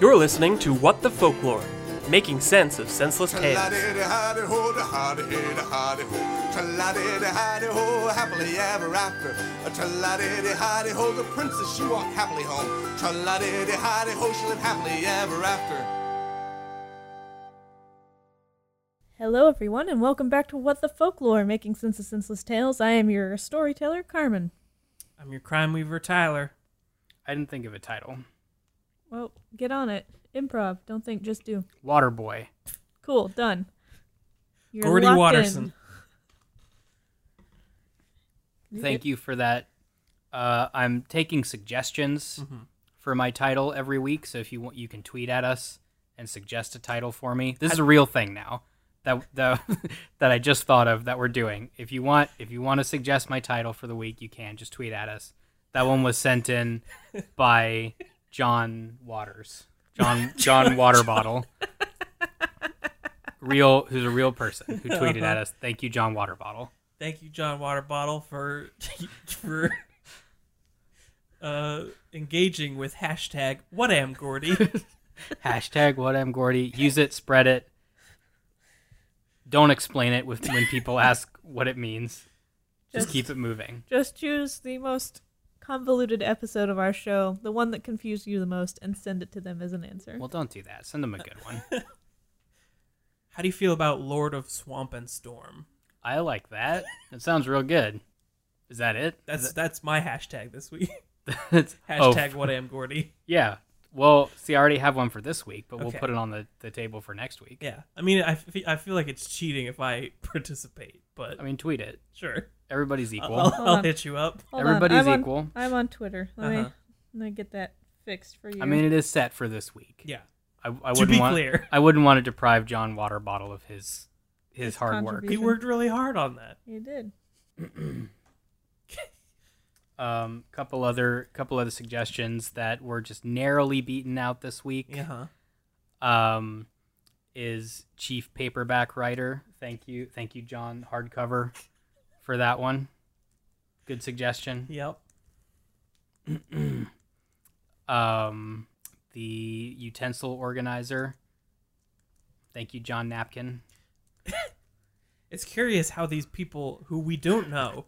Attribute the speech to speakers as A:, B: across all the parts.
A: You're listening to What the Folklore, making sense of senseless tales.
B: Tla-di-di-hi-di-ho, da-ha-di-hi-di-hi-di-ho. Tla-di-di-hi-di-ho, happily ever after. Tla-di-di-hi-di-ho, the princess she walked happily home. Tla-di-di-hi-di-ho, she lived happily ever after.
C: Hello, everyone, and welcome back to What the Folklore, making sense of senseless tales. I am your storyteller, Carmen.
A: I'm your crime weaver, Tyler.
D: I didn't think of a title.
C: Well, get on it. Improv. Don't think, just do.
D: Water Boy.
C: Cool. Done. You're
A: Gordy
C: locked in.
A: Watterson.
D: Thank you for that. Uh, I'm taking suggestions for my title every week, so if you want, you can tweet at us and suggest a title for me. This is a real thing now that that, that I just thought of that we're doing. If you want, if you want to suggest my title for the week, you can just tweet at us. That one was sent in by John Waters, John John Waterbottle, real who's a real person who tweeted at us. Thank you, John Waterbottle.
A: Thank you, John Waterbottle, for for uh, engaging with hashtag What Am Gordy.
D: Hashtag what am Gordy. Use it, spread it. Don't explain it with when people ask what it means. Just,
C: Just-
D: keep it moving.
C: Just choose the most convoluted episode of our show, the one that confused you the most, and send it to them as an answer.
D: Well, don't do that. Send them a good one.
A: How do you feel about Lord of Swamp and Storm?
D: I like that. It sounds real good. Is that it?
A: That's that's my hashtag this week.
D: That's- oh,
A: Hashtag What Am Gordy.
D: yeah. Well, see, I already have one for this week, but we'll
A: Okay.
D: put it on the, the table for next week.
A: Yeah, I mean, I fe- I feel like it's cheating if I participate, but
D: I mean, tweet it.
A: sure,
D: Everybody's
A: I'll-
D: equal.
A: I'll,
C: Hold
A: I'll
C: on.
A: hit you up.
C: Hold on,
D: Everybody's
C: I'm on-
D: equal.
C: I'm on Twitter. Let, me,
A: Uh-huh.
C: let me get that fixed for you.
D: I mean, it is set for this week.
A: Yeah,
D: I, I
A: To
D: wouldn't
A: be
D: want.
A: clear.
D: I wouldn't want to deprive John Waterbottle of his his,
C: His
D: hard work.
A: he
C: Reason.
A: worked really hard on that.
C: you did.
D: um, couple other couple other suggestions that were just narrowly beaten out this week
A: Yeah, huh?
D: um, is chief paperback writer thank you thank you john hardcover for that one good suggestion
A: yep.
D: um, the utensil organizer thank you john napkin
A: It's curious how these people who we don't know,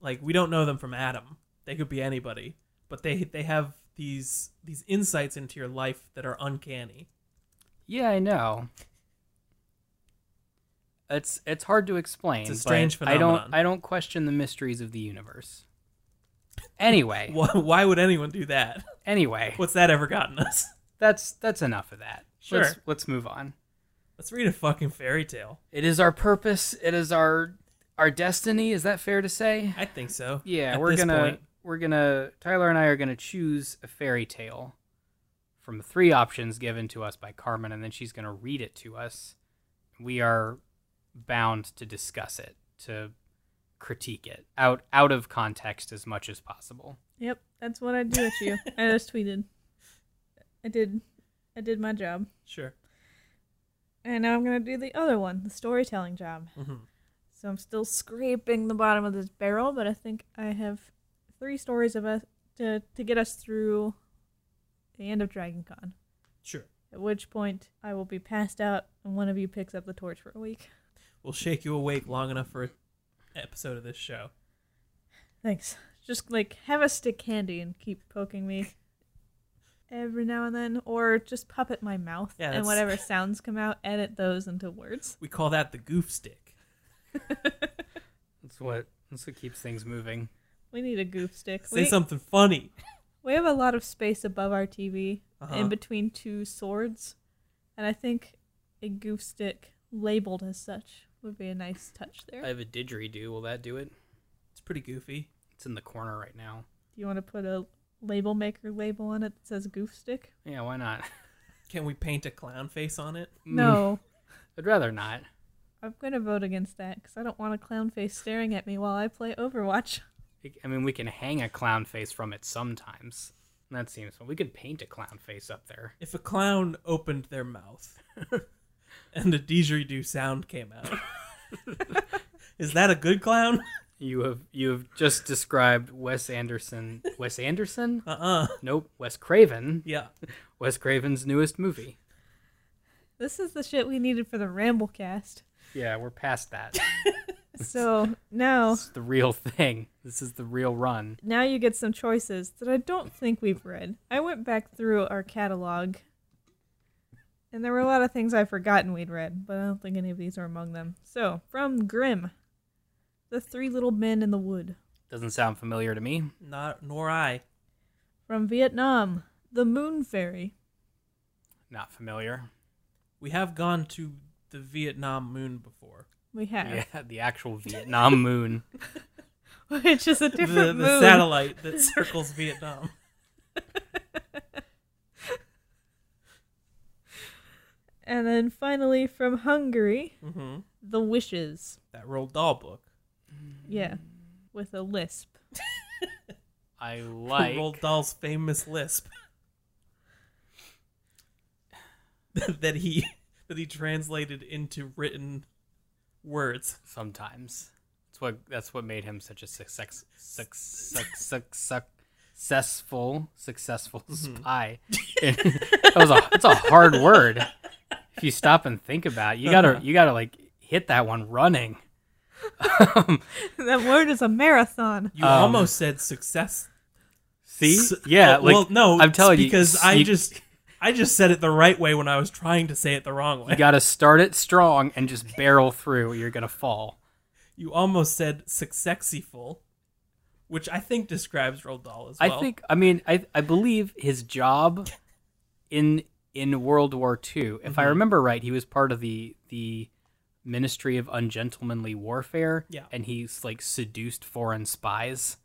A: like we don't know them from Adam. They could be anybody, but they they have these these insights into your life that are uncanny.
D: yeah i know it's it's hard to explain but
A: strange
D: i
A: phenomenon.
D: don't i don't question the mysteries of the universe anyway
A: Why, why would anyone do that?
D: anyway
A: What's that ever gotten us?
D: that's that's enough of that.
A: Sure.
D: Let's, let's move on.
A: Let's read a fucking fairy tale.
D: It is our purpose. It is our our destiny. Is that fair to say?
A: I think so.
D: Yeah,
A: At
D: we're
A: this
D: gonna
A: point.
D: we're gonna Tyler and I are gonna choose a fairy tale from three options given to us by Carmen, and then she's gonna read it to us. We are bound to discuss it, to critique it out out of context as much as possible.
C: Yep, that's what I do at you. I just tweeted. I did. I did my job.
A: Sure.
C: And now I'm going to do the other one, the storytelling job.
A: Mhm.
C: So I'm still scraping the bottom of this barrel, but I think I have three stories of us to, to get us through the end of Dragon Con.
A: Sure.
C: At which point I will be passed out and one of you picks up the torch for a week.
A: We'll shake you awake long enough for an episode of this show.
C: Thanks. Just like have a stick handy and keep poking me every now and then, or just puppet my mouth
A: Yeah,
C: and
A: that's-
C: whatever sounds come out, edit those into words.
A: We call that the goof stick.
D: That's what that's what keeps things moving.
C: We need a goof stick.
A: Say
C: We-
A: something funny.
C: We have a lot of space above our TV
A: Uh-huh.
C: in between two swords, and I think a goof stick labeled as such would be a nice touch there.
D: I have a didgeridoo. Will that do it?
A: It's pretty goofy.
D: It's in the corner right now.
C: Do you want to put a label maker label on it that says goof stick?
D: Yeah, why not?
A: Can we paint a clown face on it?
C: No.
D: I'd rather not.
C: I'm going to vote against that because I don't want a clown face staring at me while I play Overwatch.
D: I- I mean, we can hang a clown face from it sometimes. And That seems fun. We could paint a clown face up there.
A: If a clown opened their mouth and a didgeridoo sound came out, is that a good clown?
D: You have you have just described Wes Anderson. Wes Anderson?
A: Uh-uh.
D: Nope. Wes Craven.
A: Yeah.
D: Wes Craven's newest movie.
C: This is the shit we needed for the Ramblecast.
D: Yeah, we're past that.
C: So now,
D: It's the real thing. This is the real run.
C: now you get some choices that I don't think we've read. I went back through our catalog, and there were a lot of things I've forgotten we'd read, but I don't think any of these are among them. So from Grimm, the three little men in the wood.
D: Doesn't sound familiar to me.
A: Not nor I.
C: From Vietnam, the moon fairy.
D: Not familiar.
A: We have gone to the Vietnam Moon before.
C: We have,
D: Yeah, the actual Vietnam moon.
C: which is a different
A: The,
C: moon.
A: the satellite that circles Vietnam.
C: And then finally from Hungary,
A: hmm
C: the wishes.
A: That Roald Dahl book.
C: Yeah, with a lisp.
D: I like
A: Roald Dahl's famous lisp that he that he translated into written words.
D: sometimes. That's what that's what made him such a success, suc suc suc suc successful successful
A: Mm-hmm.
D: spy. that was a that's a hard word. If you stop and think about it, you gotta you gotta like hit that one running.
C: that word is a marathon.
A: You
D: Um,
A: almost said success.
D: See,
A: S-
D: yeah,
A: oh,
D: like
A: well, no,
D: I'm telling you
A: because I
D: you-
A: just I just said it the right way when I was trying to say it the wrong way.
D: you gotta start it strong and just barrel through. or You're gonna fall.
A: You almost said successful, which I think describes Roald Dahl as well.
D: I think I mean I I believe his job in in World War II, if
A: Mm-hmm.
D: I remember right, he was part of the the Ministry of Ungentlemanly Warfare.
A: Yeah.
D: And he's like seduced foreign spies.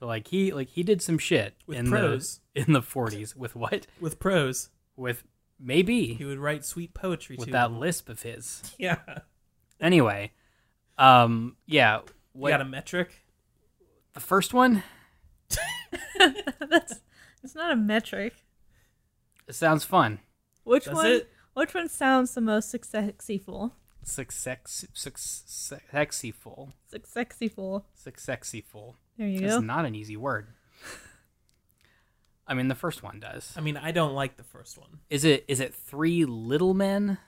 D: So like he like he did some shit
A: With
D: in
A: prose.
D: the in the forties with what?
A: with prose,
D: With maybe
A: he would write sweet poetry
D: with
A: to
D: that
A: them.
D: lisp of his.
A: Yeah,
D: Anyway. Um yeah.
A: we
D: What
A: got a metric.
D: the first one?
C: That's it's not a metric.
D: It sounds fun.
C: Which
A: Does
C: one?
A: it?
C: Which one sounds the most successful?
D: Success, success, sexyful,
C: Successful.
D: successful.
C: There you
D: It's
C: go.
D: not an easy word. I mean, the first one does.
A: I mean, I don't like the first one.
D: Is it is it three little men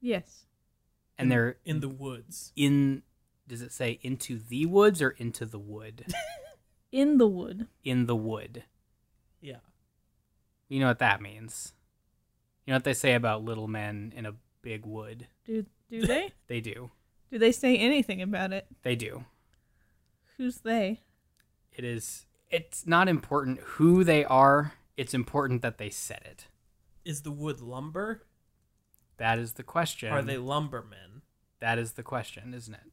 C: yes. Mm.
D: and they're
A: in the woods.
D: in? Does it say into the woods or into the wood?
C: In the wood.
D: in the wood.
A: Yeah,
D: You know what that means. You know what they say about little men in a big wood.
C: Do do they?
D: They do.
C: do they say anything about it?
D: They do.
C: Who's they?
D: It is. It's not important who they are. It's important that they said it.
A: is the wood lumber?
D: That is the question.
A: Are they lumbermen?
D: That is the question, isn't it?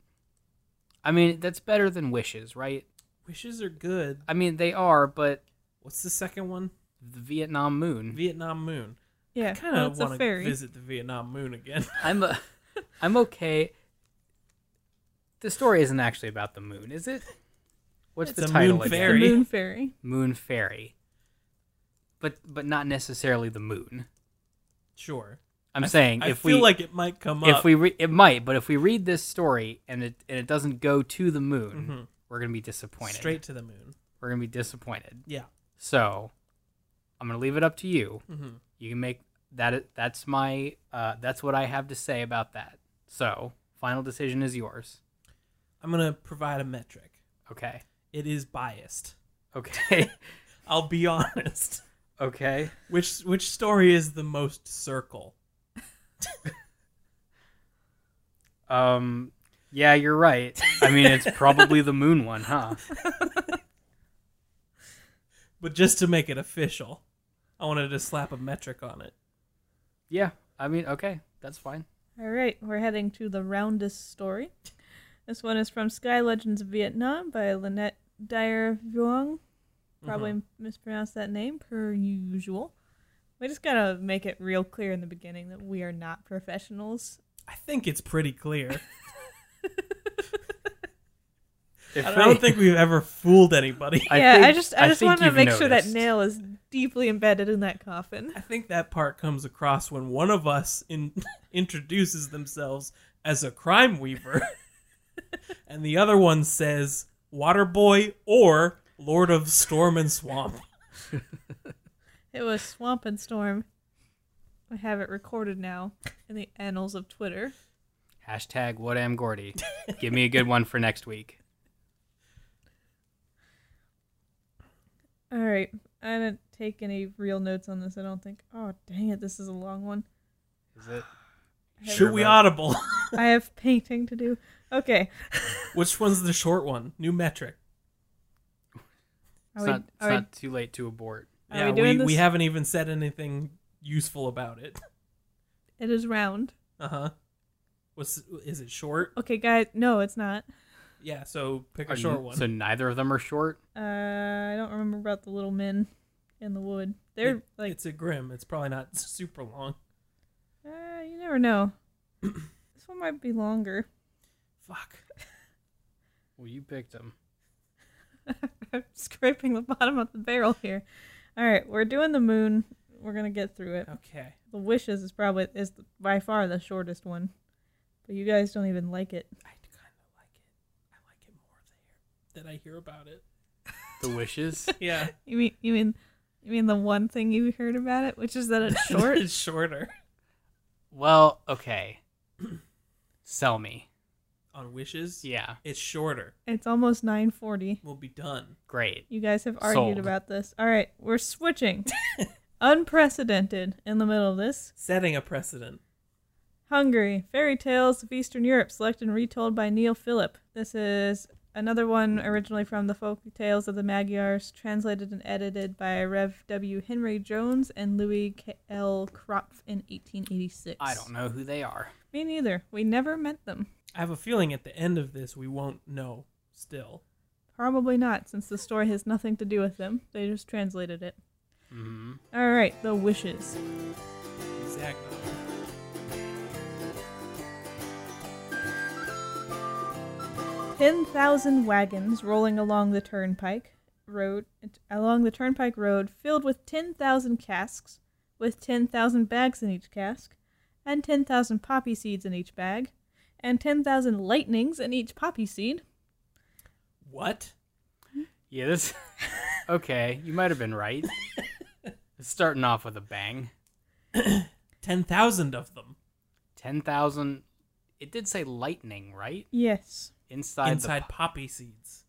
D: I mean, that's better than wishes, right?
A: Wishes are good.
D: I mean, they are, but
A: What's the second one?
D: the Vietnam Moon.
A: Vietnam Moon.
C: Yeah.
A: Kind
C: well,
A: of
C: it's a
A: want to
C: fairy.
A: visit the Vietnam Moon again.
D: I'm a, I'm okay. The story isn't actually about the moon, is it? What's
A: It's
D: the
A: a
D: title
A: moon
D: again?
C: The
A: fairy.
C: moon fairy.
D: Moon fairy. But but not necessarily the moon.
A: sure.
D: I'm saying
A: I
D: if
A: feel
D: we
A: like it might come
D: if
A: up.
D: we re- it might, but if we read this story and it and it doesn't go to the moon,
A: Mhm.
D: we're gonna be disappointed.
A: straight to the moon.
D: We're gonna be disappointed.
A: Yeah.
D: So I'm gonna leave it up to you.
A: hmm
D: You can make that. That's my. Uh, that's what I have to say about that. So final decision is yours.
A: I'm gonna provide a metric.
D: Okay.
A: It is biased.
D: Okay.
A: I'll be honest.
D: okay.
A: Which which story is the most circle?
D: Um. Yeah, you're right. I mean, it's probably the moon one, huh?
A: But just to make it official, I wanted to slap a metric on it.
D: Yeah. I mean, okay, that's fine.
C: All right, we're heading to the roundest story. This one is from Sky Legends of Vietnam by Lynette Dyer Vuong. Probably
A: Mm-hmm.
C: mispronounced that name per usual. We just gotta make it real clear in the beginning that we are not professionals.
A: I think it's pretty clear.
D: If
A: I don't think we've ever fooled anybody.
C: yeah, I just I, just
D: think
C: want to
D: you've
C: make sure that
D: noticed.
C: nail is deeply embedded in that coffin.
A: I think that part comes across when one of us in, introduces themselves as a crime weaver and the other one says Waterboy or Lord of Storm and Swamp.
C: It was Swamp and Storm. I have it recorded now in the annals of Twitter.
D: Hashtag what am Gordy. Give me a good one for next week.
C: All right. I didn't take any real notes on this, I don't think. Oh, dang it. This is a long one.
D: Is it?
A: Should we audible?
C: I have painting to do. Okay.
A: Which one's the short one? New metric.
C: Are
D: It's
C: we,
D: not, it's
C: are we-
D: not too late to abort.
C: Are we doing
A: we, we
C: this?
A: haven't even said anything useful about it.
C: it is round.
A: Uh huh. What's is it short?
C: Okay, guys. No, it's not.
A: Yeah, so pick a
D: Are
A: short
D: n-
A: one.
D: So neither of them are short.
C: Uh, I don't remember about the little men in the wood. They're
A: It-
C: like,
A: it's a grim. It's probably not super long.
C: uh, you never know. this one might be longer.
A: Fuck.
D: Well, you picked them.
C: I'm scraping the bottom of the barrel here. All right, we're doing the moon. We're gonna get through it.
A: Okay.
C: The wishes is probably is by far the shortest one, but you guys don't even like it.
A: I kind of like it. I like it more there that I hear about it.
D: The wishes.
A: Yeah,
C: You mean you mean you mean the one thing you heard about it, which is that it's short.
A: it's shorter
D: well, okay. Sell me.
A: on wishes.
D: Yeah,
A: it's shorter.
C: it's almost nine forty.
A: We'll be done.
D: great.
C: You guys have argued
D: Sold.
C: about this. All right, we're switching. Unprecedented in the middle of this.
A: Setting a precedent.
C: Hungary, Fairy Tales of Eastern Europe, selected and retold by Neil Philip. This is another one originally from the Folk Tales of the Magyars, translated and edited by Rev. W. Henry Jones and Louis K. L. Kropf in 1886.
D: I don't know who they are.
C: Me neither. We never met them.
A: I have a feeling at the end of this we won't know still.
C: Probably not, since the story has nothing to do with them. They just translated it.
D: hmm
C: All right, The Wishes.
A: Exactly.
C: Ten thousand wagons rolling along the turnpike road, along the turnpike road, filled with ten thousand casks, with ten thousand bags in each cask, and ten thousand poppy seeds in each bag, and ten thousand lightnings in each poppy seed.
A: What?
D: Yeah, this. okay, you might have been right. It's starting off with a bang.
A: Ten thousand of them
D: Ten thousand. It did say lightning, right?
C: Yes,
D: Inside,
A: inside
D: The,
A: poppy seeds.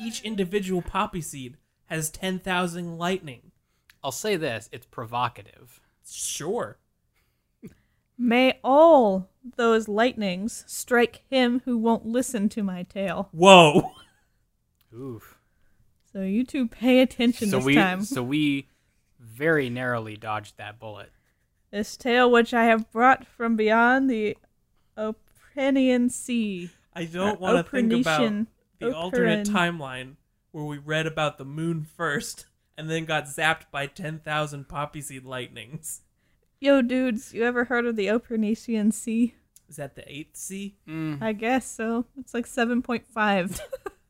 A: Each individual poppy seed has ten thousand lightning.
D: I'll say this: it's provocative.
A: Sure.
C: may all those lightnings strike him who won't listen to my tale.
A: Whoa.
D: Oof.
C: So you two pay attention
D: So
C: this
D: we,
C: time.
D: so we, very narrowly dodged that bullet.
C: This tale which I have brought from beyond the Opranian Sea.
A: I don't
C: Uh,
A: want to think about
C: Opernician-
A: the alternate
C: Operan-
A: timeline where we read about the moon first and then got zapped by 10,000 poppy seed lightnings.
C: Yo, dudes, you ever heard of the Opernician Sea?
A: Is that the eighth sea?
D: Mm,
C: I guess so. It's like 7.5.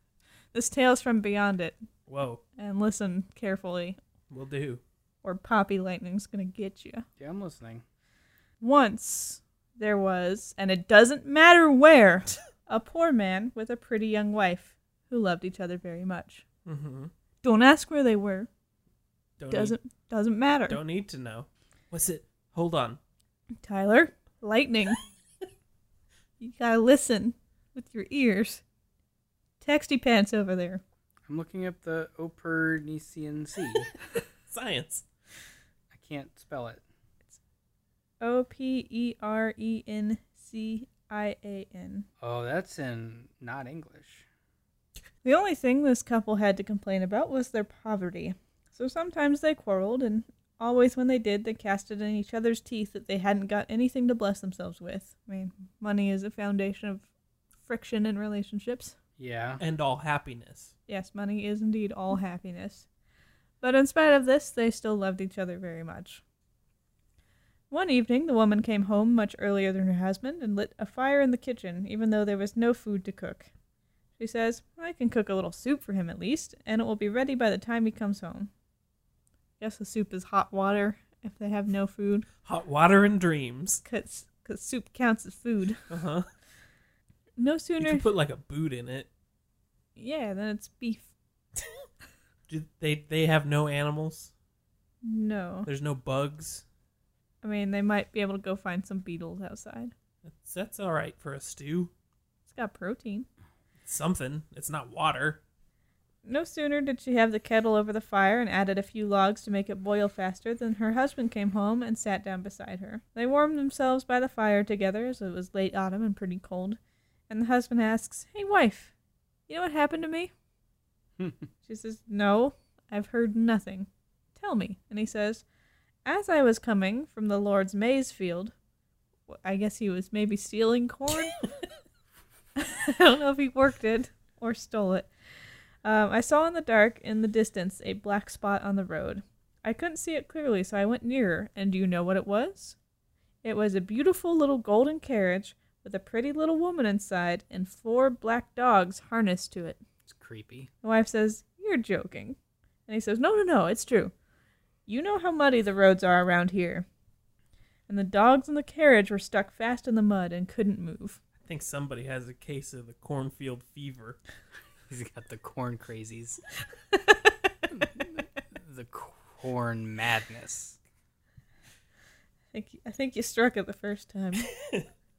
C: this tale's from beyond it.
A: Whoa,
C: And listen carefully,
A: will do.
C: or Poppy Lightning's gonna get you.
D: Yeah, I'm listening.
C: Once there was, and it doesn't matter where, a poor man with a pretty young wife who loved each other very much.
A: Mm-hmm.
C: Don't ask where they were.
A: Don't
C: Doesn't doesn't matter.
A: need, don't need to know. What's it? Hold on.
C: Tyler, lightning. you gotta listen with your ears. Texty pants over there.
D: I'm looking up the Opernician Sea.
A: Science.
D: I can't spell it.
C: O P E R E N C I A N.
D: Oh, that's in not English.
C: The only thing this couple had to complain about was their poverty. So sometimes they quarreled, and always when they did, they cast it in each other's teeth that they hadn't got anything to bless themselves with. I mean, money is a foundation of friction in relationships.
D: Yeah.
A: And all happiness.
C: Yes, money is indeed all happiness. But in spite of this, they still loved each other very much. One evening, the woman came home much earlier than her husband and lit a fire in the kitchen, even though there was no food to cook. She says, I can cook a little soup for him at least, and it will be ready by the time he comes home. Guess the soup is hot water if they have no food,
A: Hot water and dreams.
C: because soup counts as food.
A: Uh huh.
C: No
A: You
C: sooner.
A: can put like a boot in it.
C: yeah, then it's beef.
A: Do they they have no animals.
C: No.
A: There's no bugs.
C: I mean, they might be able to go find some beetles outside.
A: That's, that's all right for a stew.
C: It's got protein.
A: It's something. It's not water.
C: No sooner did she have the kettle over the fire and added a few logs to make it boil faster than her husband came home and sat down beside her. They warmed themselves by the fire together, as it was late autumn and pretty cold. And the husband asks, Hey, wife, you know what happened to me? she says, No, I've heard nothing. Tell me. And he says, As I was coming from the Lord's maize field, wh- I guess he was maybe stealing corn. I don't know if he worked it or stole it. Um, I saw in the dark, in the distance, a black spot on the road. I couldn't see it clearly, so I went nearer, and do you know what it was? It was a beautiful little golden carriage with a pretty little woman inside and four black dogs harnessed to it.
D: It's creepy.
C: The wife says, You're joking. And he says, No, no, no, it's true. You know how muddy the roads are around here. And the dogs in the carriage were stuck fast in the mud and couldn't move.
A: I think somebody has a case of the cornfield fever.
D: He's got the corn crazies. the corn madness.
C: I think, I think you struck it the first time.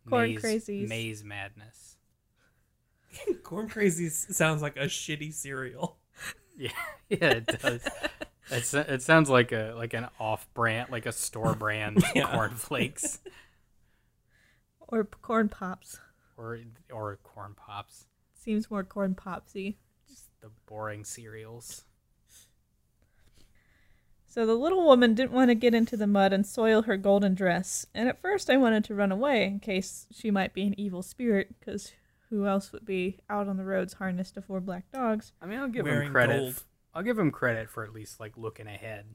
C: Corn
D: Maize-
C: crazies.
D: Maize madness.
A: Corn crazy s- sounds like a shitty cereal.
D: Yeah, yeah, it does. It, so- it sounds like a like an off brand, like a store brand
A: Yeah.
D: cornflakes
C: or p- corn pops.
D: or or corn pops.
C: Seems more corn popsy.
D: Just the boring cereals.
C: So the little woman didn't want to get into the mud and soil her golden dress, and at first I wanted to run away in case she might be an evil spirit, because who else would be out on the roads harnessed to four black dogs?
D: I mean, I'll give
A: Wearing
D: him credit.
A: gold.
D: f- I'll give him credit for at least like looking ahead.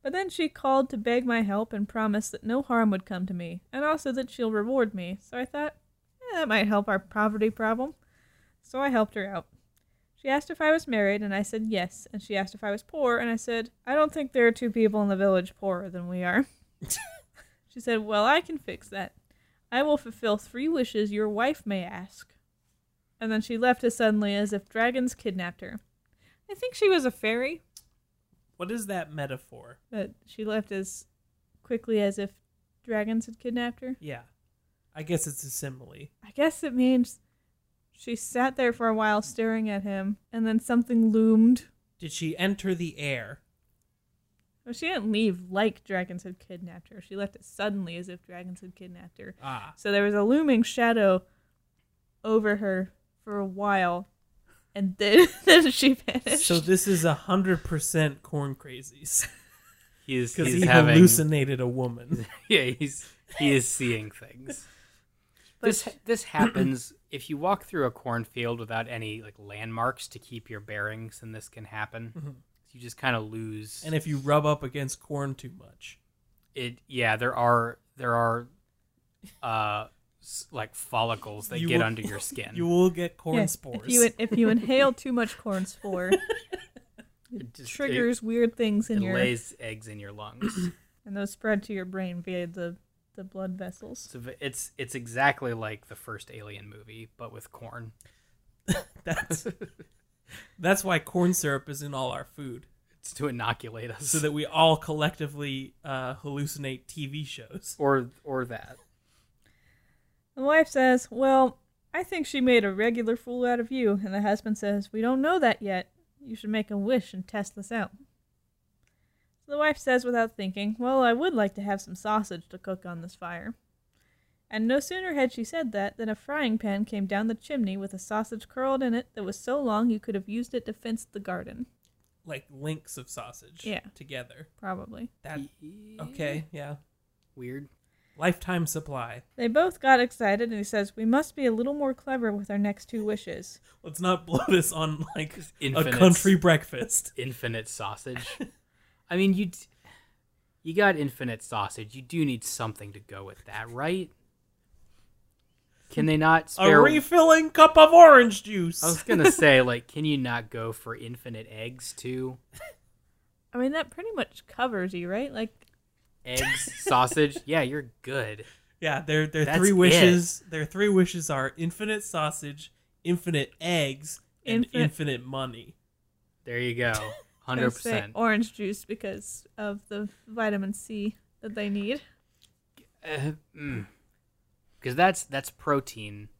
C: But then she called to beg my help and promised that no harm would come to me, and also that she'll reward me. So I thought, eh, that might help our poverty problem. So I helped her out. She asked if I was married, and I said yes. And she asked if I was poor, and I said, I don't think there are two people in the village poorer than we are. she said, Well, I can fix that. I will fulfill three wishes your wife may ask. And then she left as suddenly as if dragons kidnapped her. I think she was a fairy,
A: What is that metaphor?
C: but she left as quickly as if dragons had kidnapped her.
A: Yeah. I guess it's a simile.
C: I guess it means she sat there for a while staring at him, and then something loomed.
A: Did she enter the air?
C: Well, she didn't leave like dragons had kidnapped her. She left as suddenly as if dragons had kidnapped her.
A: Ah.
C: So there was a looming shadow over her for a while, and then, then she vanished.
A: So this is a hundred percent corn crazies
D: He is
A: because
D: he's
A: he
D: having
A: hallucinated a woman.
D: yeah he's he is seeing things. this this happens if you walk through a cornfield without any like landmarks to keep your bearings, and this can happen. You just kind of lose.
A: Mm-hmm. and if you rub up against corn too much,
D: it yeah there are there are uh s- like follicles that
A: You
D: get
A: will-
D: under your skin
A: you will get corn
C: Yes,
A: spores.
C: If you, if you inhale too much corn spore,
D: It just- it-
C: triggers weird things
D: it,
C: in your
D: lays eggs in your lungs
C: and those spread to your brain via the, the blood vessels.
D: so v- it's it's exactly like the first alien movie but with corn
A: that's that's why corn syrup is in all our food,
D: it's to inoculate us
A: so that we all collectively uh, hallucinate TV shows.
D: or or that
C: The wife says, Well, I think she made a regular fool out of you. And the husband says, We don't know that yet. You should make a wish and test this out. So the wife says, without thinking, Well, I would like to have some sausage to cook on this fire. And no sooner had she said that than a frying pan came down the chimney with a sausage curled in it that was so long you could have used it to fence the garden.
A: Like links of sausage
C: Yeah.
A: together.
C: Probably.
A: That okay, yeah.
D: E, weird
A: Lifetime supply.
C: They both got excited, and he says, We must be a little more clever with our next two wishes.
A: Let's not blow this on like a
D: infinite.
A: country breakfast.
D: infinite sausage i mean you d- you got infinite sausage you do need something to go with that right can they not spare
A: A refilling cup of orange juice.
D: I was gonna say, like, can you not go for infinite eggs too?
C: I mean, that pretty much covers you, right? Like,
D: Eggs, sausage, yeah, you're good.
A: Yeah, their their
D: That's
A: three
D: it.
A: wishes. Their three wishes are infinite sausage, infinite eggs, and
C: Infinite-
A: infinite money.
D: There you go.
C: I
D: Hundred
C: would say
D: percent.
C: orange juice because of the vitamin C that they need.
D: Because Uh, mm. that's that's protein,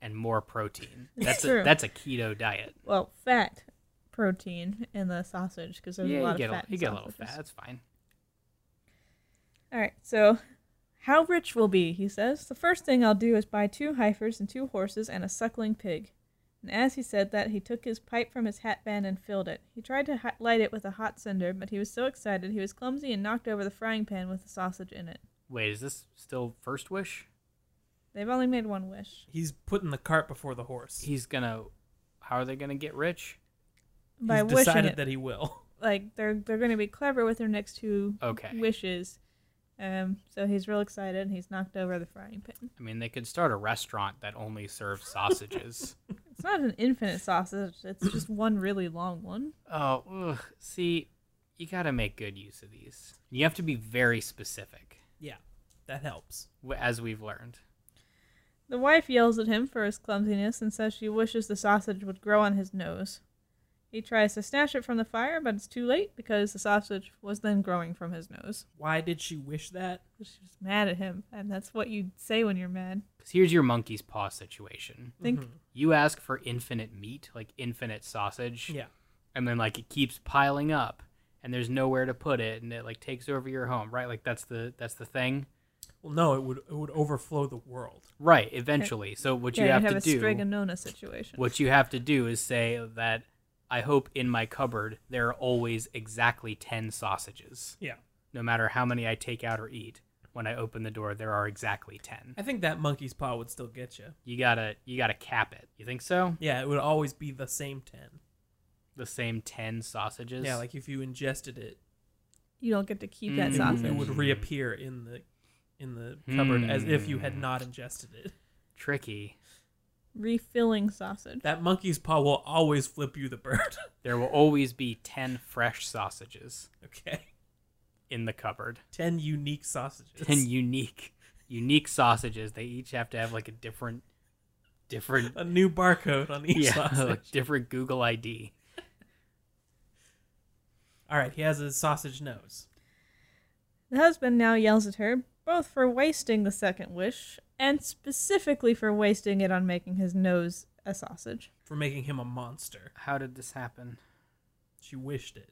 D: and more protein. That's a,
C: True.
D: that's a keto diet.
C: Well, fat, protein, and the sausage because there's
D: yeah,
C: a lot
D: you get
C: of fat.
D: a, you
C: in
D: get a little
C: sausages.
D: fat. That's fine.
C: All right, so how rich will be, he says. The first thing I'll do is buy two heifers and two horses and a suckling pig. And as he said that, he took his pipe from his hatband and filled it. He tried to hi- light it with a hot cinder, but he was so excited he was clumsy and knocked over the frying pan with the sausage in it.
D: Wait, is this still first wish?
C: They've only made one wish.
A: He's putting the cart before the horse.
D: He's gonna. How are they gonna get rich?
C: By
A: He's
C: wishing
A: decided
C: it,
A: that he will.
C: like they're they're going to be clever with their next two
D: Okay.
C: wishes. Um, so he's real excited and he's knocked over the frying pan.
D: I mean, they could start a restaurant that only serves sausages.
C: It's not an infinite sausage; it's just one really long one.
D: oh, ugh. see, you gotta make good use of these. You have to be very specific,
A: Yeah, that helps.
D: wh- as we've learned.
C: The wife yells at him for his clumsiness and says she wishes the sausage would grow on his nose. He tries to snatch it from the fire, but it's too late because the sausage was then growing from his nose.
A: Why did she wish that?
C: She's mad at him, and that's what you say when you're mad.
D: 'Cause here's your monkey's paw situation.
C: Think
D: You ask for infinite meat, like infinite sausage,
A: Yeah,
D: and then like it keeps piling up, and there's nowhere to put it, and it like takes over your home, right? Like that's the that's the thing,
A: Well, no, it would it would overflow the world.
D: right? Eventually, so what
C: yeah,
D: you
C: you'd
D: have,
C: have
D: to
C: a
D: do
C: Striganona situation.
D: What you have to do is say that I hope in my cupboard there are always exactly 10 sausages.
A: Yeah,
D: No matter how many I take out or eat, when I open the door there are exactly 10.
A: I think that monkey's paw would still get you.
D: You got to you got to cap it. You think so?
A: Yeah, it would always be the same ten.
D: The same 10 sausages.
A: Yeah, like if you ingested it,
C: You don't get to keep
D: Mm.
C: that
A: it, would- it
C: sausage.
A: would reappear in the in the cupboard as if you had
D: Hmm.
A: not ingested it.
D: tricky.
C: Refilling sausage.
A: That monkey's paw will always flip you the bird.
D: There will always be 10 fresh sausages
A: okay,
D: in the cupboard.
A: ten unique sausages.
D: 10 unique unique sausages. They each have to have like a different different
A: a new barcode on each
D: yeah,
A: sausage.
D: like different Google ID.
A: All right, he has a sausage nose.
C: The husband now yells at her, both for wasting the second wish and specifically for wasting it on making his nose a sausage.
A: for making him a monster.
D: How did this happen?
A: She wished it.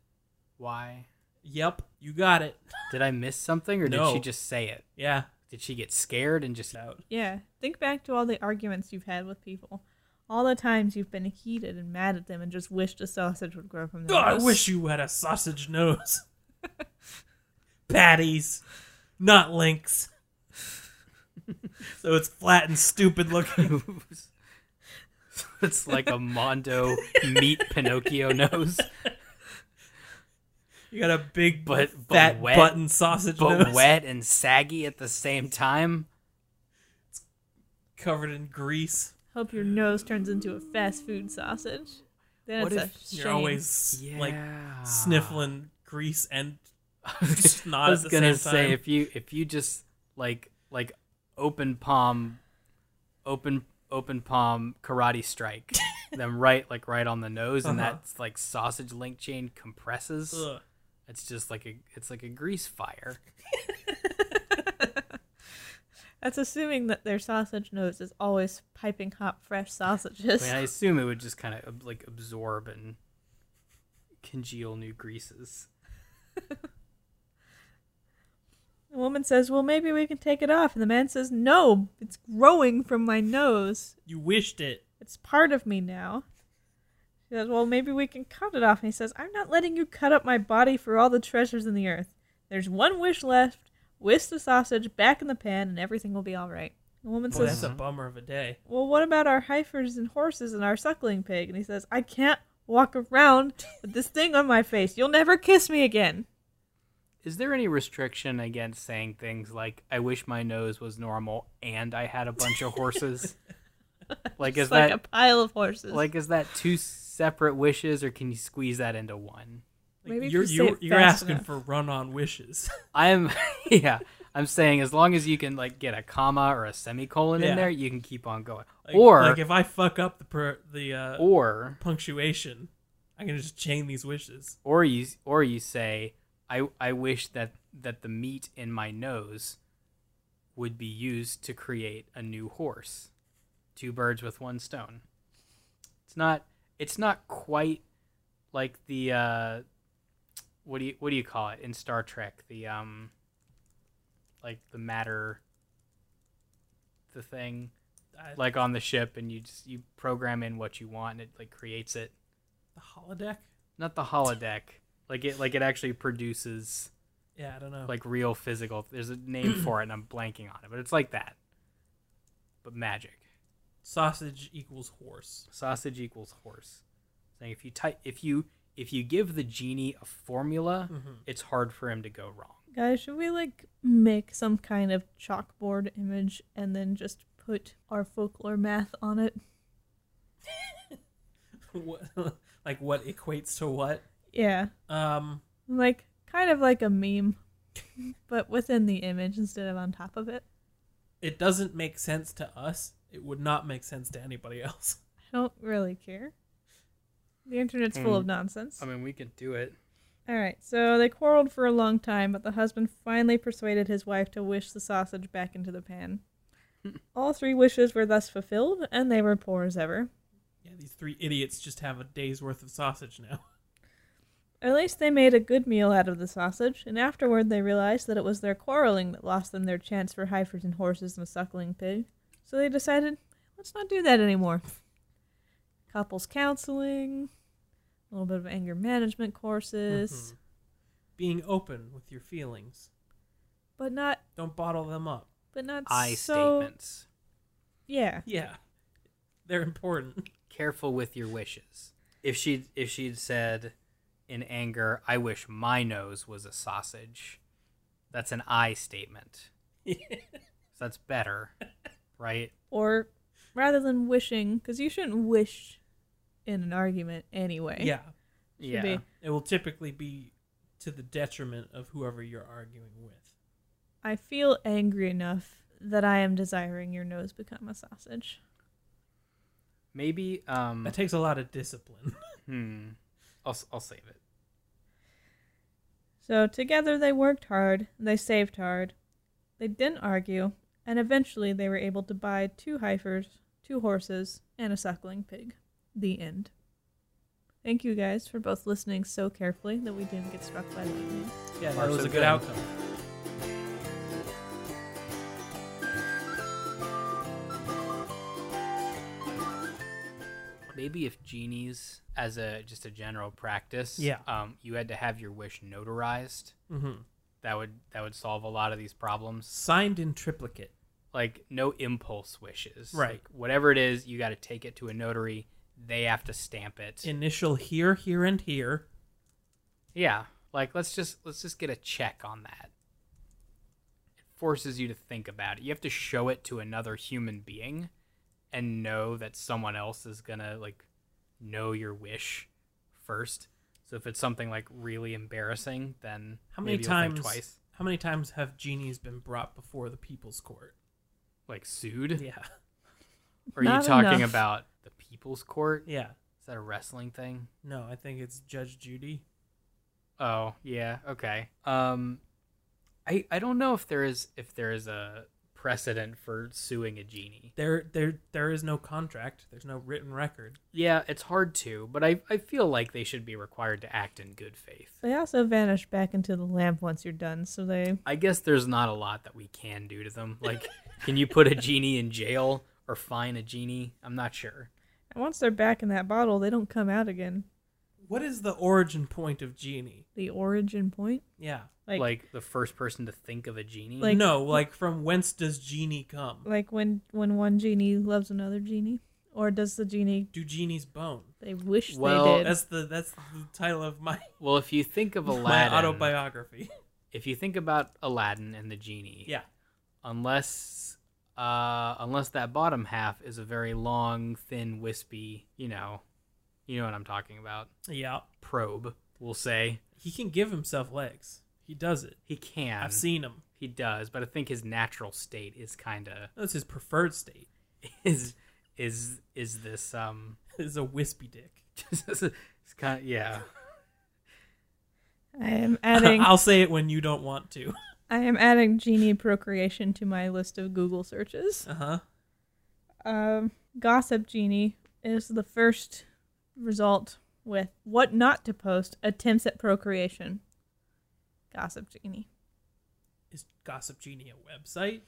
D: Why?
A: Yep, you got it.
D: Did I miss something or did
A: No.
D: she just say it?
A: Yeah,
D: Did she get scared and just
A: it's out.
C: Yeah, think back to all the arguments you've had with people. All the times you've been heated and mad at them and just wished a sausage would grow from their
A: Oh, I
C: nose.
A: wish you had a sausage nose. Patties, not links. so it's flat and stupid looking.
D: it's like a Mondo meat Pinocchio nose,
A: You got a big
D: But- but
A: fat
D: wet.
A: button sausage
D: but
A: nose
D: wet and saggy at the same time?
A: covered in grease.
C: Hope your nose turns into a fast food sausage. Then
D: What
C: it's
D: if
C: a shame.
A: You're always like sniffling grease and snot
D: I
A: at
D: was
A: the
D: gonna
A: same
D: say
A: time.
D: if you if you just like like open palm open open palm karate strike them right like right on the nose and
A: Uh-huh.
D: that's like sausage link chain compresses.
A: Ugh.
D: It's just like a it's like a grease fire.
C: That's assuming that their sausage nose is always piping hot, fresh sausages.
D: I mean, I assume it would just kind of like absorb and congeal new greases.
C: The woman says, Well, maybe we can take it off. And the man says, No, it's growing from my nose.
A: You wished it.
C: It's part of me now. She says, Well, maybe we can cut it off. And he says, I'm not letting you cut up my body for all the treasures in the earth. There's one wish left. Whisk the sausage back in the pan, and everything will be all right. The woman
A: Boy,
C: says,
A: that's a bummer of a day.
C: Well, what about our heifers and horses and our suckling pig? And he says, I can't walk around with this thing on my face. You'll never kiss me again.
D: Is there any restriction against saying things like "I wish my nose was normal and I had a bunch of horses"? like is
C: It's like
D: that
C: a pile of horses.
D: like is that two separate wishes or can you squeeze that into one?
A: Like,
C: Maybe if
A: you're
C: you say
A: you're,
C: it
A: you're
C: fast
A: asking
C: enough.
A: for run-on wishes.
D: I'm yeah, I'm saying as long as you can like get a comma or a semicolon
A: Yeah.
D: in there, you can keep on going.
A: Like,
D: or
A: like if I fuck up the per, the uh,
D: or
A: punctuation, I can just chain these wishes.
D: or you or you say I I wish that that the meat in my nose would be used to create a new horse. Two birds with one stone. It's not it's not quite like the uh what do you what do you call it in Star Trek? The um like the matter the thing
A: I,
D: like on the ship and you just you program in what you want and it like creates it
A: the holodeck.
D: not the holodeck like it like it actually produces
A: Yeah, I don't know.
D: like real physical there's a name for it and i'm blanking on it but it's like that but magic
A: sausage equals horse.
D: sausage equals horse saying if you type if you if you give the genie a formula it's hard for him to go wrong
C: Guys, should we like make some kind of chalkboard image and then just put our folklore math on it?
A: what, like what equates to what?
C: Yeah.
A: Um,
C: Like kind of like a meme, but within the image instead of on top of it.
A: it doesn't make sense to us. It would not make sense to anybody else.
C: I don't really care. The internet's full of
D: Mm.
C: nonsense.
D: i mean we could do it
C: All right, so they quarreled for a long time, but the husband finally persuaded his wife to wish the sausage back into the pan. All three wishes were thus fulfilled, and they were poor as ever.
A: Yeah, these three idiots just have a day's worth of sausage now.
C: At least they made a good meal out of the sausage, and afterward they realized that it was their quarreling that lost them their chance for Heifers and horses and a suckling pig. So they decided, let's not do that anymore. Couples counseling, a little bit of anger management courses,
A: Mhm. Being open with your feelings.
C: but not,
A: Don't bottle them up.
C: but not
D: i
C: so.
D: statements
C: Yeah.
A: Yeah, they're important.
D: careful with your wishes if she if she'd said in anger i wish my nose was a sausage that's an i statement So that's better, right?
C: or rather than wishing, because you shouldn't wish in an argument anyway.
A: yeah,
C: Should be.
A: it will typically be to the detriment of whoever you're arguing with.
C: I feel angry enough that I am desiring your nose become a sausage.
D: Maybe. Um.
A: That takes a lot of discipline.
D: Hmm. I'll s- I'll save it.
C: So together they worked hard, they saved hard, they didn't argue, and eventually they were able to buy two heifers, two horses, and a suckling pig. The end. Thank you guys for both listening so carefully that we didn't get struck by lightning.
A: yeah, that
D: Far
A: was
D: so
A: a
D: good.
A: good outcome.
D: Maybe if genies, as a just a general practice,
A: Yeah.
D: Um, you had to have your wish notarized.
A: hmm
D: That would that would solve a lot of these problems.
A: Signed in triplicate.
D: Like no impulse wishes.
A: Right.
D: Like, whatever it is, you got to take it to a notary. They have to stamp it.
A: Initial here, here, and here.
D: yeah. Like let's just let's just get a check on that. It forces you to think about it. You have to show it to another human being and know that someone else is going to like know your wish first. So if it's something like really embarrassing, then
A: How many
D: maybe you'll think
A: times?
D: twice
A: How many times have genies been brought before the people's court?
D: like sued?
A: Yeah,
D: Or are you
C: Not
D: talking
C: enough.
D: about the people's court?
A: yeah.
D: Is that a wrestling thing?
A: No, I think it's Judge Judy.
D: Oh yeah, okay. Um, I I don't know if there is if there is a precedent for suing a genie.
A: There, there, there is no contract. There's no written record.
D: Yeah, it's hard to, but I I feel like they should be required to act in good faith.
C: They also vanish back into the lamp once you're done, so they
D: I guess there's not a lot that we can do to them. Like, can you put a genie in jail or fine a genie? I'm not sure.
C: And once they're back in that bottle, they don't come out again.
A: What is the origin point of genie?
C: The origin point,
A: Yeah,
C: like
D: Like,
C: like,
D: the first person to think of a genie.
C: Like-
A: no, like from whence does genie come?
C: when when one genie loves another genie, or does the genie
A: Do genies bone?
C: they wish
D: Well,
C: they did?
A: That's the that's the title of my
D: well, if you think of
A: my
D: Aladdin,
A: autobiography.
D: if you think about Aladdin and the genie,
A: Yeah,
D: unless uh unless that bottom half is a very long thin wispy you know you know what i'm talking about
A: yeah.
D: probe we'll say
A: He can give himself legs. He does it.
D: he can
A: I've seen him.
D: He does, but I think his natural state is kind of
A: That's his preferred state.
D: is is is this um
A: Is a wispy dick.
D: it's kind of yeah.
C: I am adding
A: I'll say it when you don't want to.
C: I am adding genie procreation to my list of Google searches.
A: Uh huh.
C: Um, gossip genie is the first result with what not to post attempts at procreation. Gossip genie.
A: Is Gossip Genie a website?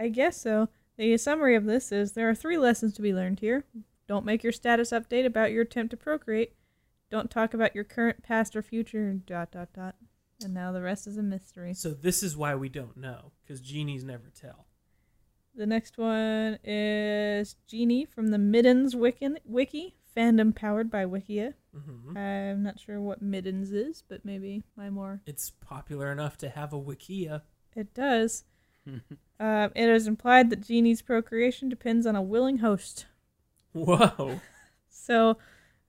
C: I guess so. The summary of this is there are three lessons to be learned here. Don't make your status update about your attempt to procreate. Don't talk about your current, past, or future. Dot dot dot. And now the rest is a mystery.
A: So this is why we don't know, because genies never tell.
C: The next one is Genie from the Middens Wiki, Wiki fandom powered by Wikia.
A: hmm
C: I'm not sure what Middens is, but maybe my more.
A: It's popular enough to have a wikia.
C: It does. um, it is implied that Genie's procreation depends on a willing host.
A: Whoa.
C: So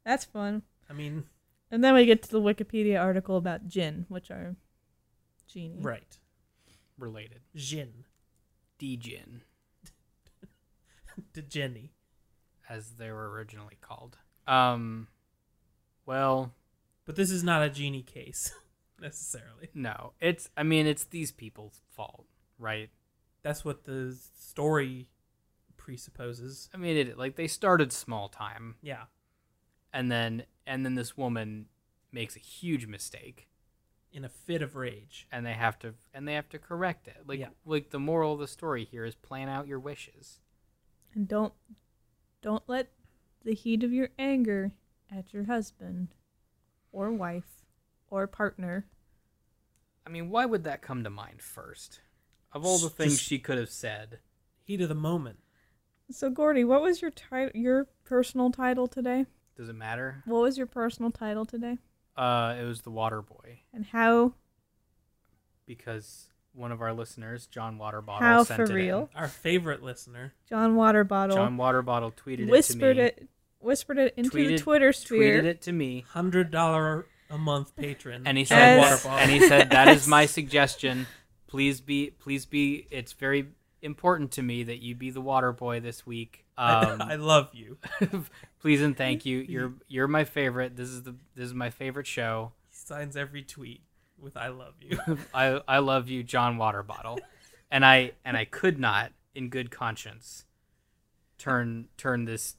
C: that's fun.
A: I mean,
C: And then we get to the Wikipedia article about Jin, which are Genie.
A: right.
D: Related.
A: Jin
D: Djinn,
A: to Jenny.
D: as they were originally called. Um, well,
A: But this is not a genie case necessarily.
D: no, it's. I mean, it's these people's fault, right?
A: That's what the story presupposes.
D: I mean, it like they started small time,
A: Yeah.
D: and then and then this woman makes a huge mistake,
A: In a fit of rage.
D: and they have to and they have to correct it. Like
A: Yeah.
D: like the moral of the story here is plan out your wishes.
C: And don't don't let the heat of your anger at your husband or wife or partner
D: I mean, why would that come to mind first? Of all the
A: S-
D: things
A: just-
D: she could have said,
A: Heat of the moment.
C: So Gordy, what was your title? Your personal title today?
D: does it matter?
C: What was your personal title today?
D: Uh, it was the water boy
C: And how?
D: because one of our listeners, John Waterbottle,
C: How
D: sent
C: for
D: it in.
C: real?
A: Our favorite listener.
C: John Waterbottle
D: John Waterbottle tweeted
C: whispered
D: it
C: it, whispered it
D: to me.
C: into the Twitter sphere.
D: Tweeted it to me,
A: Hundred dollar a month patron.
D: and he
A: of
D: said,
C: As-
A: Waterball.
D: and he said, "That is my suggestion. Please be, please be. It's very important to me that you be the water boy this week.
A: I
D: Um,
A: love you.
D: please and thank you. You're you're my favorite. This is the this is my favorite show.
A: He signs every tweet with I love you.
D: I I love you, John Waterbottle, and I and I could not, in good conscience, turn turn this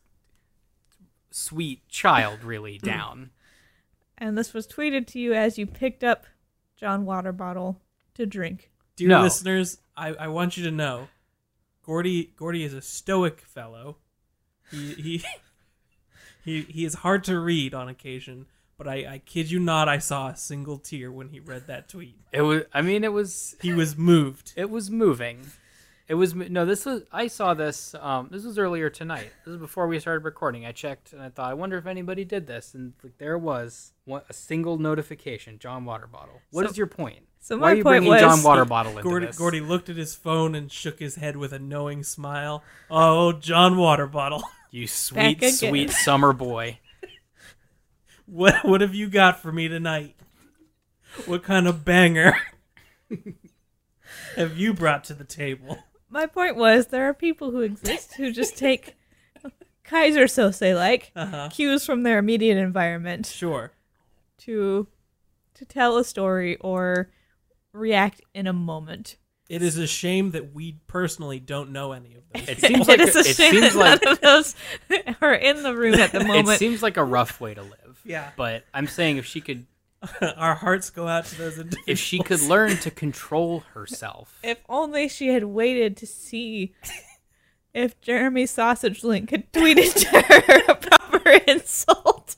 D: sweet child really down.
C: and this was tweeted to you as you picked up John Waterbottle to drink.
A: Dear
D: No.
A: listeners, I, I want you to know Gordy Gordy is a stoic fellow. He he he, he is hard to read on occasion, but I, I kid you not, I saw a single tear when he read that tweet.
D: It was. I mean, it was
A: He was moved.
D: it was moving. It was mo- no. This was. I saw this. Um, this was earlier tonight. This is before we started recording. I checked and I thought, I wonder if anybody did this. And like, there was one, a single notification. John Waterbottle. What is
C: So-
D: your point?
C: so
D: Why
C: my
D: are you
C: point
D: bringing
C: was-
D: John Waterbottle into
A: Gordy,
D: this?
A: Gordy looked at his phone and shook his head with a knowing smile. Oh, John Waterbottle,
D: you
C: Back
D: sweet,
C: again.
D: sweet summer boy.
A: what what have you got for me tonight? What kind of banger have you brought to the table?
C: My point was there are people who exist who just take Kaiser Sose like
A: Uh-huh.
C: cues from their immediate environment.
A: Sure.
C: to to tell a story or react in a moment.
A: It is a shame that we personally don't know any of those.
D: It
A: people.
D: seems like
C: it is a
D: it
C: shame
D: seems
C: that
D: like
C: none of those are in the room at the
D: it
C: moment.
D: seems like a rough way to live.
A: Yeah.
D: But I'm saying if she could,
A: Our hearts go out to those individuals.
D: if she could learn to control herself,
C: if only she had waited to see if Jeremy Sausage Link had tweeted to her a proper insult,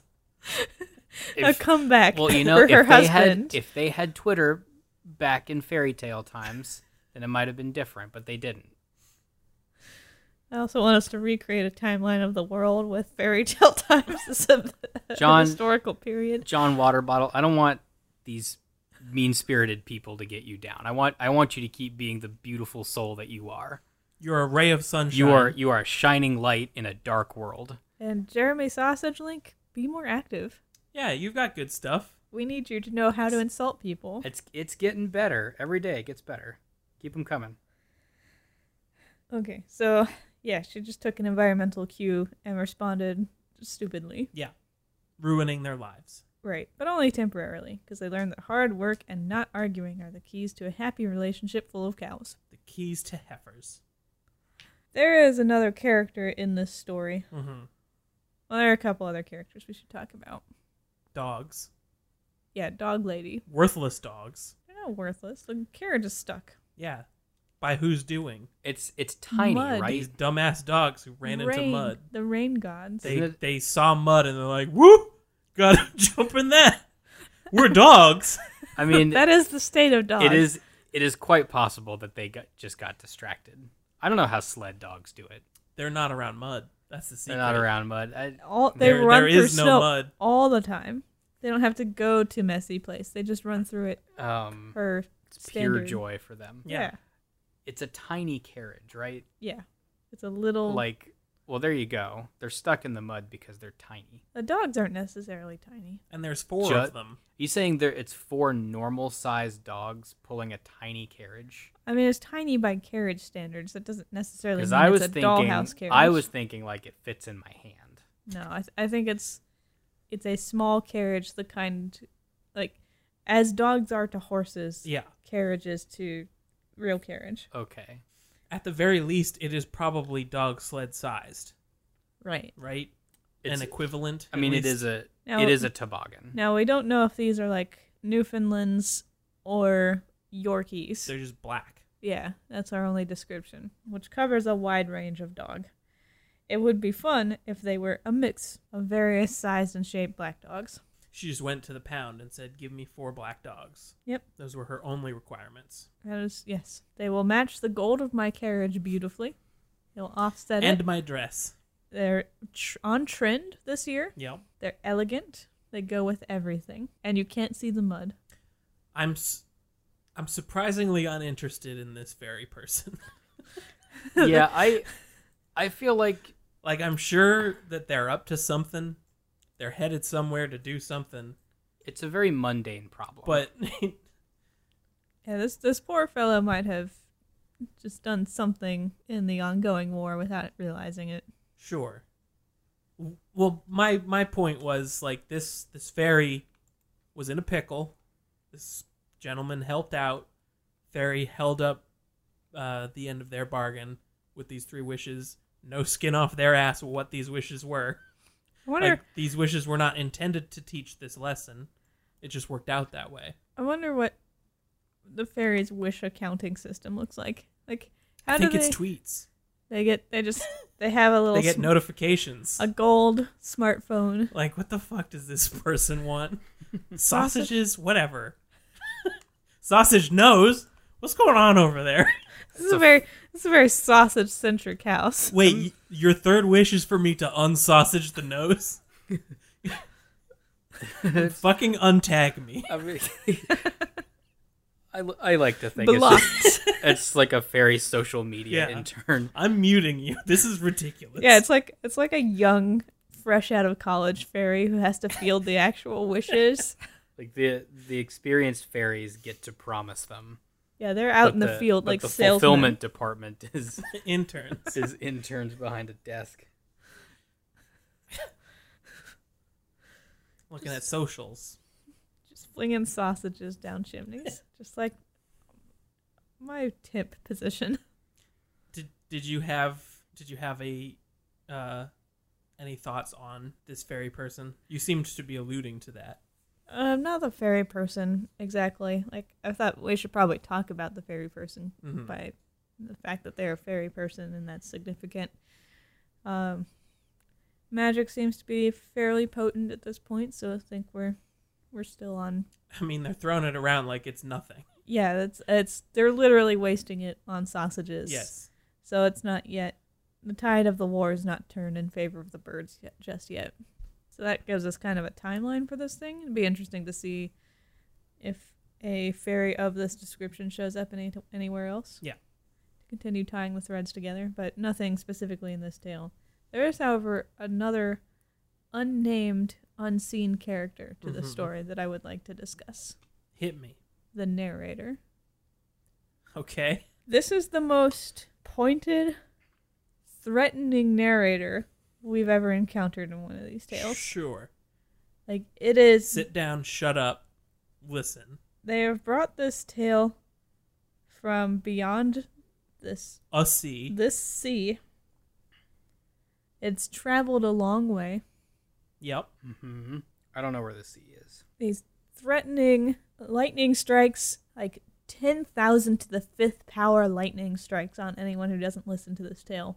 D: if,
C: a comeback
D: Well, you know,
C: for
D: if
C: her
D: they
C: husband.
D: had if they had Twitter back in fairy tale times, then it might have been different, but they didn't.
C: I also want us to recreate a timeline of the world with fairy tale times as a
D: John-
C: historical period.
D: John Waterbottle, I don't want these mean-spirited people to get you down. I want I want you to keep being the beautiful soul that you are.
A: You're a ray of sunshine.
D: You are you are a shining light in a dark world.
C: And Jeremy Sausage Link, be more active.
A: Yeah, you've got good stuff.
C: We need you to know how to insult people.
D: It's it's getting better every day. It gets better. Keep them coming.
C: Okay, so yeah, she just took an environmental cue and responded stupidly.
A: ruining their lives.
C: Right, but only temporarily, because they learned that hard work and not arguing are the keys to a happy relationship full of cows.
A: The keys to heifers.
C: There is another character in this story.
A: hmm
C: Well, there are a couple other characters we should talk about.
A: Dogs,
C: Yeah, Dog Lady.
A: worthless dogs.
C: They're not worthless. The carriage is stuck.
A: Yeah, by who's doing?
D: It's it's tiny,
C: Mud.
D: right?
A: These dumbass dogs who ran into
C: Rain-
A: mud.
C: The rain gods.
A: They
D: Isn't it-
A: they saw mud and they're like, "Whoop, gotta jump in that." We're dogs.
D: I mean,
C: that is the state of dogs.
D: it is it is quite possible that they got, just got distracted. I don't know how sled dogs do it.
A: they're not around mud. That's the secret.
D: They're not around mud. I,
C: All they
A: There-
C: run
A: there
C: through
A: is no
C: snow
A: mud.
C: all the time. They don't have to go to messy place. They just run through it
D: um,
C: per
D: it's pure
C: standard.
D: joy for them.
A: Yeah.
C: Yeah.
D: It's a tiny carriage, right?
C: Yeah. It's a little
D: Like, well, there you go. They're stuck in the mud because they're tiny.
C: the dogs aren't necessarily tiny.
A: And there's four
D: Ju-
A: of them.
D: Are you saying there it's four normal sized dogs pulling a tiny carriage?
C: I mean, it's tiny by carriage standards. That doesn't necessarily
D: Because
C: mean
D: I was
C: it's a
D: thinking,
C: dollhouse carriage.
D: I was thinking like it fits in my hand.
C: no. I, th- I think it's it's a small carriage, the kind like as dogs are to horses,
A: Yeah.
C: carriages to real carriage.
D: Okay,
A: At the very least, it is probably dog sled sized,
C: Right.
A: right?
D: It's-
A: An equivalent.
D: I
A: at
D: mean, it
A: least.
D: is a
C: Now-
D: it is a toboggan.
C: Now we don't know if these are like Newfoundlands or Yorkies.
A: They're just black.
C: Yeah, that's our only description, which covers a wide range of dog. It would be fun if they were a mix of various sized and shaped black dogs.
A: She just went to the pound and said, "Give me four black dogs."
C: Yep.
A: Those were her only requirements.
C: That is yes. They will match the gold of my carriage beautifully. They'll offset
A: and
C: it.
A: my dress.
C: They're tr- on trend this year.
A: Yep.
C: They're elegant. They go with everything, and you can't see the mud.
A: I'm s- I'm surprisingly uninterested in this very person.
D: yeah, I I feel like
A: like I'm sure that they're up to something. They're headed somewhere to do something,
D: it's a very mundane problem.
A: but
C: Yeah, this this poor fellow might have just done something in the ongoing war without realizing it.
A: sure. W- Well, my my point was like this this fairy was in a pickle. This gentleman helped out. Fairy held up uh, the end of their bargain with these three wishes. No skin off their ass what these wishes were.
C: I wonder.
A: Like these wishes were not intended to teach this lesson. It just worked out that way.
C: I wonder what the fairies' wish accounting system looks like. Like, how
A: I think
C: do they?
A: it's tweets.
C: they get they just they have a little
A: They get
C: sm-
A: notifications.
C: a gold smartphone.
A: Like, what the fuck does this person want? Sausages, whatever. Sausage knows what's going on over there.
C: This is a very this is a very sausage centric house.
A: Wait, y- your third wish is for me to unsausage the nose. Fucking untag me.
D: I, mean, I, li- I like to think
C: Blocked.
D: it's just, it's like a fairy social media
A: Yeah.
D: intern.
A: I'm muting you. This is ridiculous.
C: yeah, it's like it's like a young, fresh out of college fairy who has to field the actual wishes.
D: Like the the experienced fairies get to promise them.
C: Yeah, they're out
D: but
C: in the, field
D: but
C: like
D: the
C: salesmen.
D: fulfillment department is
A: interns.
D: is interns behind a desk.
A: Looking at socials.
C: just flinging sausages down chimneys, just like my tip position.
A: did did you have did you have a uh any thoughts on this fairy person you seemed to be alluding to that
C: I'm Um, not the fairy person exactly. Like I thought we should probably talk about the fairy person
A: Mhm.
C: by the fact that they're a fairy person and that's significant. Um, magic seems to be fairly potent at this point, so I think we're we're still on.
A: i mean they're throwing it around like it's nothing
C: Yeah, that's it's they're literally wasting it on sausages.
A: yes
C: So it's not yet the tide of the war is not turned in favor of the birds yet, just yet. So that gives us kind of a timeline for this thing. It'd be interesting to see if a fairy of this description shows up any, anywhere else.
A: Yeah.
C: To continue tying the threads together, but nothing specifically in this tale. There is, however, another unnamed, unseen character to the
A: Mhm.
C: story that I would like to discuss.
A: hit me
C: The narrator.
A: okay
C: This is the most pointed, threatening narrator we've ever encountered in one of these tales.
A: Sure.
C: Like it is
A: Sit down, shut up, listen.
C: they have brought this tale from beyond this
A: A sea.
C: this sea. It's traveled a long way.
A: Yep.
D: hmm I don't know where the sea is.
C: These threatening lightning strikes, like 10,000 to the fifth power lightning strikes on anyone who doesn't listen to this tale.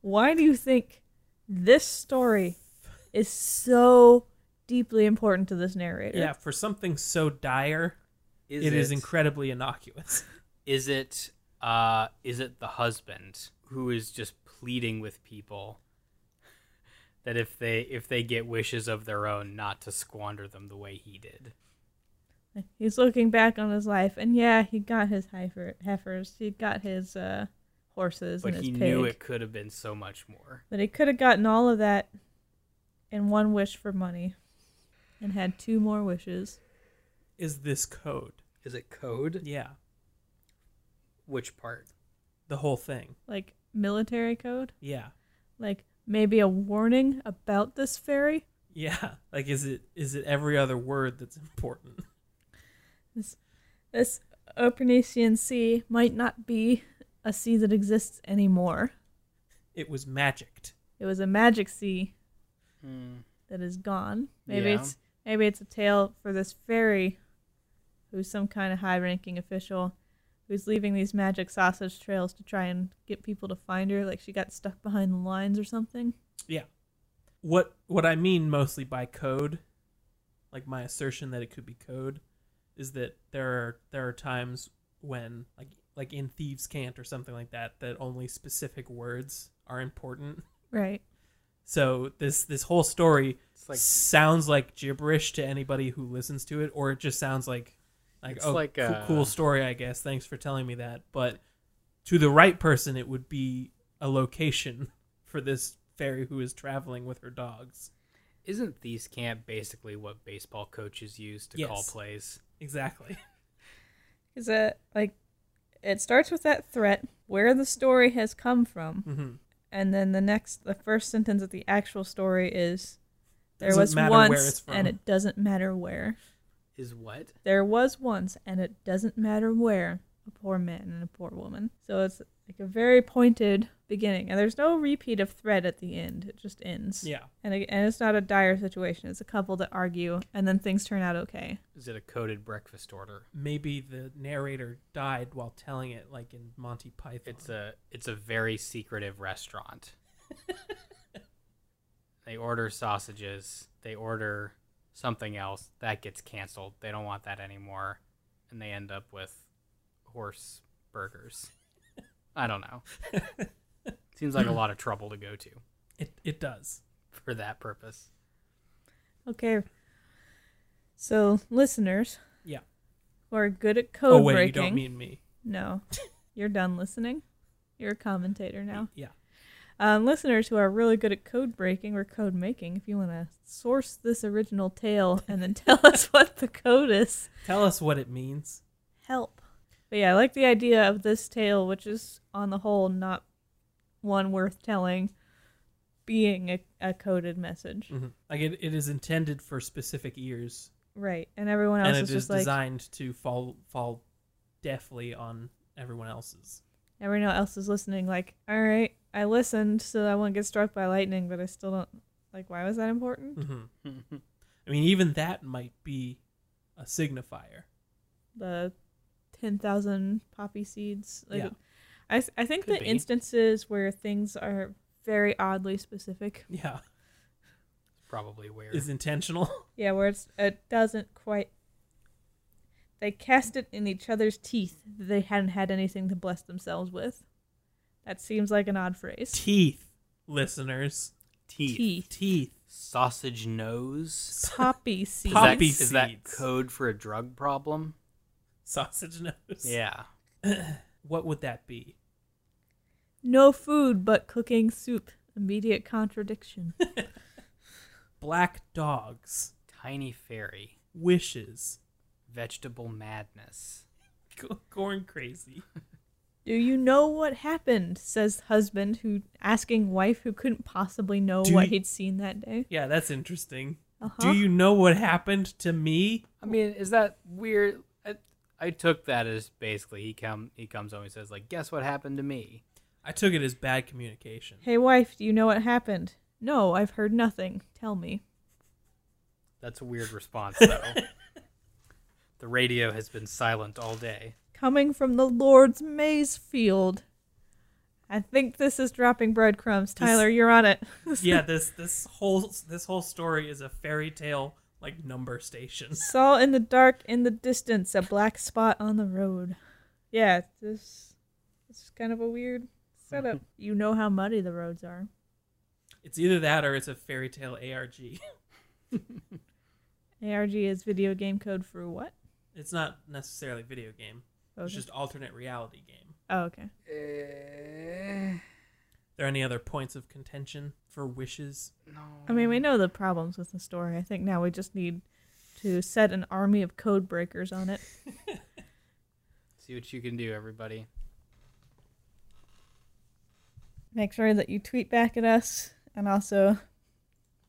C: Why do you think this story is so deeply important to this narrator?
A: Yeah, for something so dire,
D: Is
A: it is incredibly innocuous.
D: Is it? Uh, is it the husband who is just pleading with people that if they if they get wishes of their own, not to squander them the way he did?
C: He's looking back on his life, and yeah, he got his heifer, heifers, he got his uh, horses,
D: But
C: and his
D: he
C: pig.
D: knew it could have been so much more.
C: But he could have gotten all of that in one wish for money, and had two more wishes.
A: is this code?
D: Is it code?
A: Yeah.
D: Which part?
A: The whole thing.
C: like military code,
A: Yeah.
C: like maybe a warning about this ferry.
A: Yeah. Like is it is it every other word that's important?
C: This Opernician Sea might not be a sea that exists anymore.
A: It was magicked.
C: It was a magic sea that is gone. Maybe
D: Yeah.
C: it's maybe it's a tale for this ferry, who's some kind of high-ranking official, who's leaving these magic sausage trails to try and get people to find her. Like she got stuck behind the lines or something.
A: Yeah. What what I mean mostly by code, like my assertion that it could be code, is that there are there are times when like like in Thieves Cant or something like that that only specific words are important.
C: Right.
A: So this this whole story
D: It's like
A: sounds like gibberish to anybody who listens to it, or it just sounds like like
D: It's
A: oh
D: like,
A: cool,
D: uh,
A: cool story, I guess. Thanks for telling me that. But to the right person, it would be a location for this fairy who is traveling with her dogs.
D: isn't these camp basically what baseball coaches use to call
A: Yes.
D: plays?
A: Exactly.
C: is that like it starts with that threat where the story has come from
A: Mhm.
C: and then the next the first sentence of the actual story is there
A: Doesn't
C: was
A: matter where
C: once
A: it's from."
C: and it doesn't matter where
D: Is what?
C: there was once and it doesn't matter where a poor man and a poor woman so it's like a very pointed beginning and there's no repeat of thread at the end it just ends
A: Yeah.
C: and, it, and it's not a dire situation it's a couple that argue and then things turn out okay
D: Is it a coded breakfast order?
A: Maybe the narrator died while telling it, like in Monty Python.
D: It's a it's a very secretive restaurant. they order sausages. They order something else that gets canceled. They don't want that anymore, and they end up with horse burgers. I don't know. Seems like a lot of trouble to go to
A: it it does.
D: for that purpose.
C: Okay. So, listeners.
A: Yeah.
C: Who are good at code
A: Oh wait,
C: breaking.
A: you don't mean me.
C: no. You're done listening. You're a commentator now.
A: Yeah.
C: Um, listeners who are really good at code breaking or code making, if you want to source this original tale and then tell us what the code is,
A: Tell us what it means.
C: help. But yeah, I like the idea of this tale, which is, on the whole, not one worth telling, being a, a coded message.
A: Mhm. Like it, it is intended for specific ears.
C: Right. And everyone else
A: and it
C: is
A: is
C: just like,
A: designed to fall fall deftly on everyone else's.
C: everyone else is listening like all right i listened so i won't get struck by lightning but i still don't like why was that important
A: hmm I mean, even that might be a signifier.
C: the 10000 poppy seeds like
A: Yeah.
C: I, s- I think
D: Could
C: the
D: be.
C: instances where things are very oddly specific
A: Yeah,
D: Probably where
A: is intentional.
C: yeah where it's it doesn't quite they cast it in each other's teeth that they hadn't had anything to bless themselves with that seems like an odd phrase
A: Teeth, listeners.
D: teeth.
A: Teeth.
D: sausage nose.
C: poppy seeds
D: Is that-
A: Poppy
D: is that
A: seeds.
D: code for a drug problem?
A: Sausage nose.
D: Yeah.
A: What would that be?
C: no food but cooking soup immediate contradiction
A: Black dogs.
D: Tiny fairy.
A: Wishes.
D: Vegetable madness.
A: Go- Going crazy.
C: Do you know what happened? Says husband, who asking wife who couldn't possibly know
A: Do
C: what
A: you-
C: he'd seen that day.
A: Yeah, that's interesting. Do
C: Uh-huh.
A: you know what happened to me?
D: I mean, is that weird? I, I took that as basically he come he comes home and says like, guess what happened to me?
A: I took it as bad communication.
C: Hey wife, do you know what happened? No, I've heard nothing. Tell me.
D: That's a weird response though. the radio has been silent all day.
C: Coming from the Lord's maize field. I think this is dropping breadcrumbs. Tyler, you're on it.
A: yeah, this this whole this whole story is a fairy tale like number station.
C: Saw in the dark in the distance a black spot on the road. Yeah, this this is kind of a weird setup. you know how muddy the roads are.
A: It's either that or it's a fairy tale ARG.
C: ARG is video game code for what?
A: It's not necessarily a video game. It's
C: Okay.
A: just alternate reality game.
C: Oh, okay.
D: Eh,
A: there any other points of contention for wishes?
C: I mean, we know the problems with the story. I think now we just need to set an army of code breakers on it.
D: See what you can do, everybody.
C: Make sure that you tweet back at us and also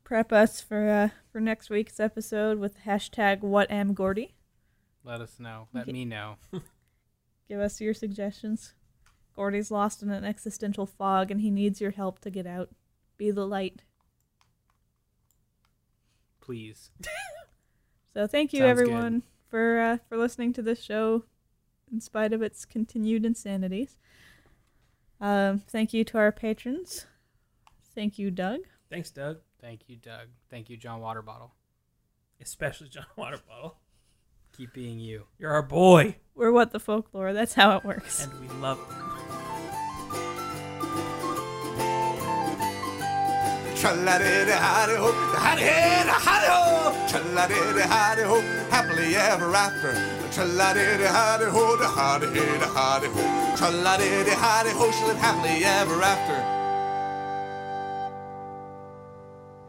C: prep us for uh, for next week's episode with hashtag WhatAmGordy.
D: Let us know. Let
C: Okay.
D: me know.
C: Give us your suggestions. Gordy's lost in an existential fog and he needs your help to get out. Be the light.
D: Please.
C: So thank you
D: Sounds good.
C: everyone for uh, for listening to this show, in spite of its continued insanities. Um, thank you to our patrons. Thank you, Doug.
A: Thanks, Doug.
D: Thank you, Doug. Thank you, John Waterbottle.
A: Especially John Waterbottle.
D: Keep being you.
A: You're our boy,
C: We're what the folklore. That's how it works.
A: and we love you.
B: Tra-la-di-di-hi-di-ho, hi-di-hi-di-hi-di-ho. Tra-la-di-di-hi-di-ho, happily ever after. Tra-la-di-di-hi-di-ho, da-hi-di-hi-di-hi-di-ho. Tra-la-di-di-hi-di-ho, she lived happily ever after.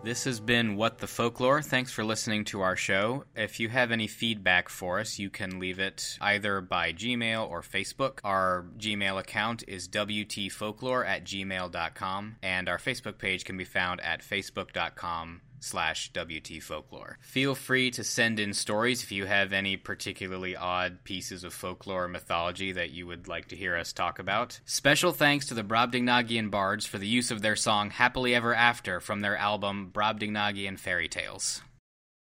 E: This has been What the Folklore. Thanks for listening to our show. If you have any feedback for us, you can leave it either by Gmail or Facebook. Our Gmail account is wtfolklore at gmail.com, and our Facebook page can be found at facebook.com slash wtfolklore. Feel free to send in stories if you have any particularly odd pieces of folklore or mythology that you would like to hear us talk about. Special thanks to the Brobdingnagian bards for the use of their song Happily Ever After from their album Brobdingnagian Fairy Tales.